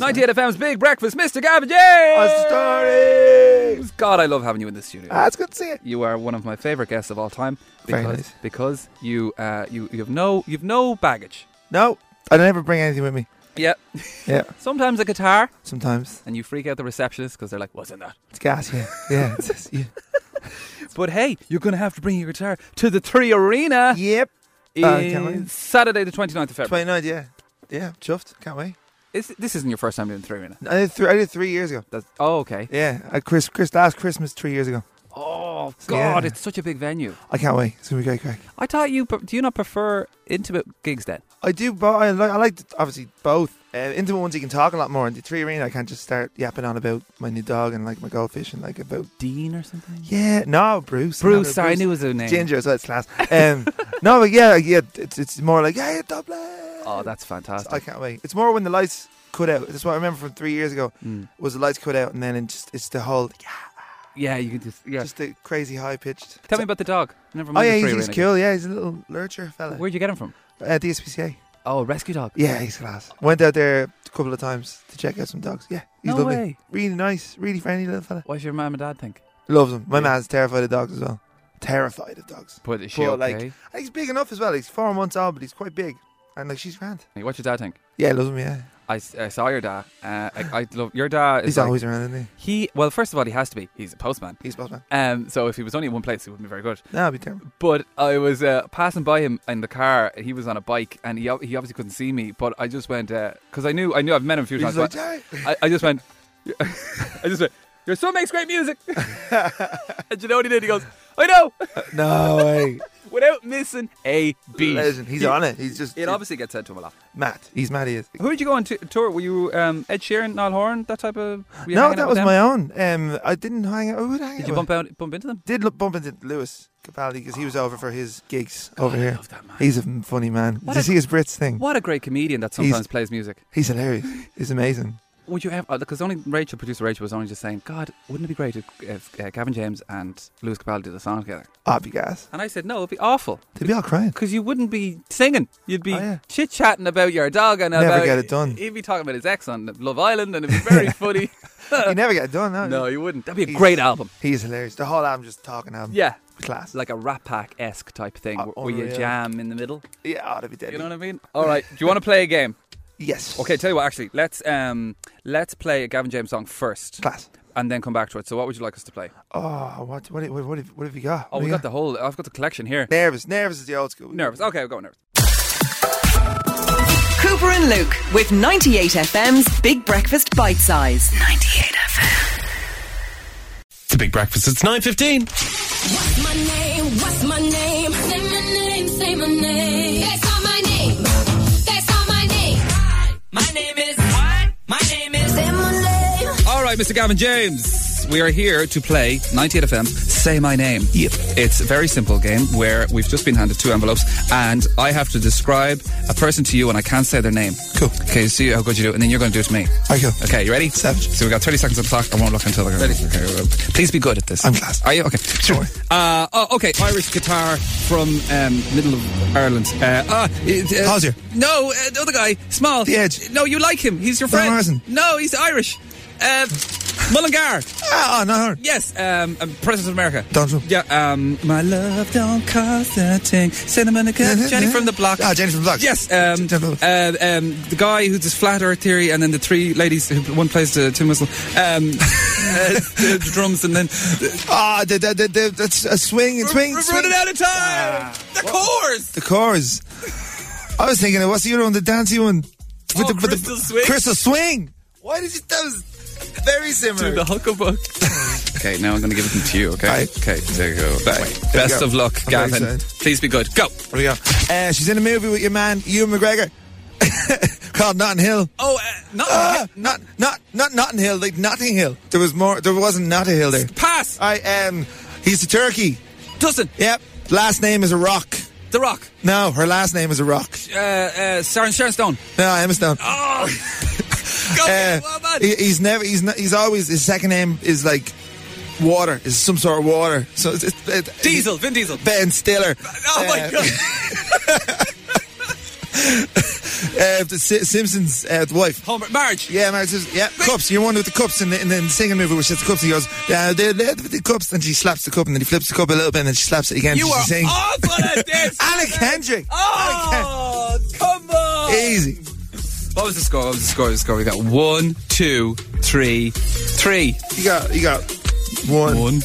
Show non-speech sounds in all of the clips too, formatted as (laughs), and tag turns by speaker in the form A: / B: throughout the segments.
A: 98 FM's Big Breakfast, Mr. Gavin James!
B: story.
A: God, I love having you in the studio.
B: Ah, it's good to see you.
A: you are one of my favorite guests of all time
B: Very
A: because
B: nice.
A: because you uh, you you have no you've no baggage.
B: No, I never bring anything with me.
A: Yeah,
B: Yeah,
A: sometimes a guitar,
B: sometimes
A: and you freak out the receptionist because they're like, "What's in that?"
B: it's gas. Yeah,
A: (laughs)
B: yeah. It's just, yeah.
A: But hey, you're gonna have to bring your guitar to the Three Arena
B: Yep. Uh, can
A: in
B: we?
A: Saturday the 29th of February.
B: 29, yeah. Yeah, chuffed. Can't wait.
A: Is, this isn't your first time doing Three Arena.
B: I did, three, I did three years ago.
A: That's, oh, okay.
B: Yeah, I, Chris, Chris, last Christmas, three years ago.
A: Oh God,
B: Yeah.
A: it's such a big venue.
B: I can't wait. It's going to be great, crack.
A: I thought you pre- do you not prefer intimate gigs then?
B: I do, but I like, I like obviously both. Uh, intimate ones you can talk a lot more. In the three arena, I can't just start yapping on about my new dog and like my goldfish and like about.
A: Dean or something?
B: Yeah, no, Bruce.
A: Bruce,
B: No,
A: I knew was her name.
B: Ginger, so it's class.
A: (laughs)
B: Um, no, but yeah, yeah, it's, it's more like, yeah, Dublin.
A: Oh, that's
B: I
A: fantastic.
B: can't wait. It's more when the lights cut out. That's what I remember from three years ago.
A: Mm.
B: Was the lights cut out, and then it just it's the whole yeah,
A: Yeah, you can just yeah.
B: just the crazy high pitched.
A: Tell me about the dog. Never
B: Oh
A: mind.
B: yeah,
A: the
B: he's,
A: three
B: he's
A: renegade.
B: cool. Yeah, he's a little lurcher fella.
A: Where'd you get him from?
B: At the SPCA.
A: Oh, rescue dog.
B: Yeah, he's class. Went out there a couple of times to check out some dogs. Yeah, he's
A: no
B: lovely.
A: way.
B: Really nice, really friendly little fella.
A: What's your mum and dad think?
B: Loves him. My
A: Yeah.
B: man's terrified of dogs as well. Terrified of dogs.
A: But is
B: Poor, like- And he's big enough as well. He's four months old, but he's quite big. And like she's grand.
A: Hey, What's your dad think?
B: Yeah, loves him. Yeah,
A: I, s- I saw your dad. Uh, I, I love your dad. Is
B: he's
A: like-
B: always around, isn't he?
A: he. Well, first of all, he has to be. He's a postman.
B: He's boss man.
A: Um, so if he was only in one place, he wouldn't be very good.
B: No, I'll be terrible.
A: But I was uh, passing by him in the car. He was on a bike, and he ob- he obviously couldn't see me. But I just went because I knew I knew I've met him a few
B: He's
A: times.
B: like,
A: but
B: "Jerry."
A: I, I just went. (laughs) I just went. Your son makes great music. (laughs) and you know what he did? He goes, I know,
B: "Uh,
A: (laughs)
B: no way.
A: without missing a beat.
B: Legend. He's
A: He-
B: on it. He's just
A: It obviously gets said to him a lot.
B: mad. He's mad. He is.
A: Who did you go on t- tour? Were you um, Ed Sheeran, Niall Horan, that type of? were you
B: no,
A: hanging out with
B: that was
A: them?
B: my own. Um, I didn't hang out. Who would I hang
A: Did
B: out
A: you
B: with?
A: bump out, bump into them?
B: Did look, bump into Lewis Capaldi because he was over for his gigs over here.
A: Oh, Love that man.
B: He's a funny man.
A: What
B: Did you
A: a-
B: see his Brits thing?
A: What a great comedian that sometimes plays music.
B: He's hilarious. He's amazing.
A: Would you ever? Because only Rachel, producer Rachel, was only just saying, God, wouldn't it be great if, if uh, Gavin James and Lewis Capaldi did a song together?
B: I'd be gas.
A: And I said, No, it'd be awful
B: They'd be all crying.
A: because you wouldn't be singing. You'd be
B: Oh, yeah.
A: chit chatting about your dog and
B: Never
A: about
B: get it done.
A: He'd be talking about his ex on Love Island, and it'd be
B: (laughs)
A: very funny. (laughs)
B: You never get it done, no.
A: no, you wouldn't. That'd be a
B: He's-
A: great album.
B: He's hilarious. The whole album just talking album.
A: Yeah,
B: Class.
A: like a Rat Pack esque type thing
B: Uh,
A: where you
B: unreal.
A: jam in the middle.
B: Yeah, oh, that'd be dead.
A: You know what I mean? All right. Do you want to play a game?
B: Yes.
A: Okay, tell you what. Actually, let's um, let's play a Gavin James song first.
B: Class.
A: and then come back to it. So, what would you like us to play?
B: Oh, what, what, what, what, have, what have you got?
A: Oh,
B: What
A: we
B: have
A: got the whole. I've got the collection here.
B: you Nervous. Nervous is the old school.
A: Nervous. Okay, we're going nervous.
C: Cooper and Luke with 98 FM's Big Breakfast Bite Size. 98 FM.
D: It's a big breakfast. It's 9.15.
E: What's my name? What's my name? Say my name, say my name. That's not my name. That's not my name.
F: My name is what? My name is
E: Say my name.
A: All right, Mr. Gavin James. We are here to play 98 FM's Say My Name. Yep. It's a very simple game where we've just been handed two envelopes and I have to describe a person to you and I can't say their name.
B: Cool.
A: Okay, see how good you do and then you're going to do it to me.
B: I go.
A: Okay, you ready?
B: Savage.
A: So we got 30 seconds on the clock. I won't look until I ready. Okay, well, please be good at this.
B: I'm class.
A: Are you? Okay.
B: Sure.
A: Uh, oh, okay, Irish guitar from um, middle of Ireland. Uh, uh, it, uh,
B: Hosier.
A: No, uh, the other guy. Small.
B: The Edge.
A: No, you like him. He's your
B: Van
A: friend.
B: Morrison.
A: No, he's Irish. Uh, Mullingar.
B: Ah, oh, no, no.
A: Yes, um, um, President of America.
B: Donald Trump.
A: Yeah, um, my love don't cost a thing. Cinnamon again. Jenny from the block.
B: Ah, Jenny from the block.
A: Yes, um,
B: Jenny from the block.
A: uh, um, the guy who does flat earth theory, and then the three ladies who one plays the tin whistle,
B: (laughs)
A: um, uh, the, the drums, and then
B: Ah, the, the, the, the, that's a swing, and swing, Ah.
A: we're
B: swing.
A: running out of time. the chorus.
B: The chorus. I was thinking, what's the other one? The dancey one.
A: Oh, Crystal Swing.
B: Crystal Swing. Why did you? That was very similar.
A: The hucklebuck. okay, now I'm going to give it to you. Okay.
B: Right.
A: Okay. There you go. Bye.
B: there
A: Best
B: you go.
A: of luck,
B: I'm very
A: Gavin.
B: excited.
A: Please be good. Go.
B: There we go. Uh, she's in a movie with your man, Ewan McGregor, (laughs) called Notting Hill.
A: Oh, uh, not
B: Ah, not not not Notting Hill, like Notting Hill. There was more. There wasn't Notting Hill there.
A: pass.
B: I um, he's a turkey.
A: Dustin,
B: Yep. Last name is a rock.
A: The Rock,
B: No, her last name is a rock.
A: uh, uh, Sharon, Sharon Stone.
B: No, Emma Stone. (laughs)
A: Oh, go,
B: Uh,
A: well done.
B: he- he's never. He's not, he's always. His second name is like water. Is some sort of water. So it's, it's, it-
A: Diesel, Oh Vin Diesel.
B: eh, (laughs) Ben Stiller.
A: Oh my
B: Uh,
A: god!
B: Uh, the Si- Simpsons, uh, the wife.
G: Homer, Marge.
B: Yeah, Marge says, yeah, cups. You're one with the cups, and, and then the singing movie where she has the cups, and he goes, yeah, they're, they're the cups, and she slaps the cup, and then he flips the cup a little bit, and then she slaps it again.
G: You
B: and
G: are
B: she sings.
G: awful
B: (laughs)
G: at this.
B: Alec Hendrick.
G: Oh, come on.
B: Easy.
A: What was the score? What was the score? What was the score? We got one, two, three, three.
B: You got, you got one,
A: One.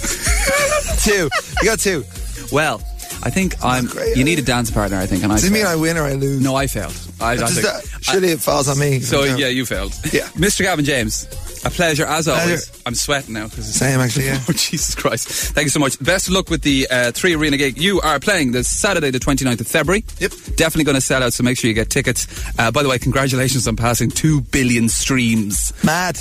B: two. You
A: (laughs)
B: got two.
A: Well, I think I'm.
B: great,
A: you
B: eh?
A: need a dance partner, I think, and I.
B: Does it mean I
A: failed.
B: win or I lose?
A: No, I failed. I, I
B: Does
A: think.
B: that- surely it falls on me.
A: so yeah, you failed.
B: Yeah.
A: Mr. Gavin James, a pleasure as always.
B: Pleasure.
A: I'm sweating now because it's.
B: Same, actually,
A: (laughs)
B: yeah.
A: Oh, Jesus Christ. Thank you so much. Best of luck with the uh, three arena gig. You are playing this Saturday, the 29th of February.
B: Yep.
A: Definitely going to sell out, so make sure you get tickets. Uh, by the way, congratulations on passing 2 billion streams.
B: Mad.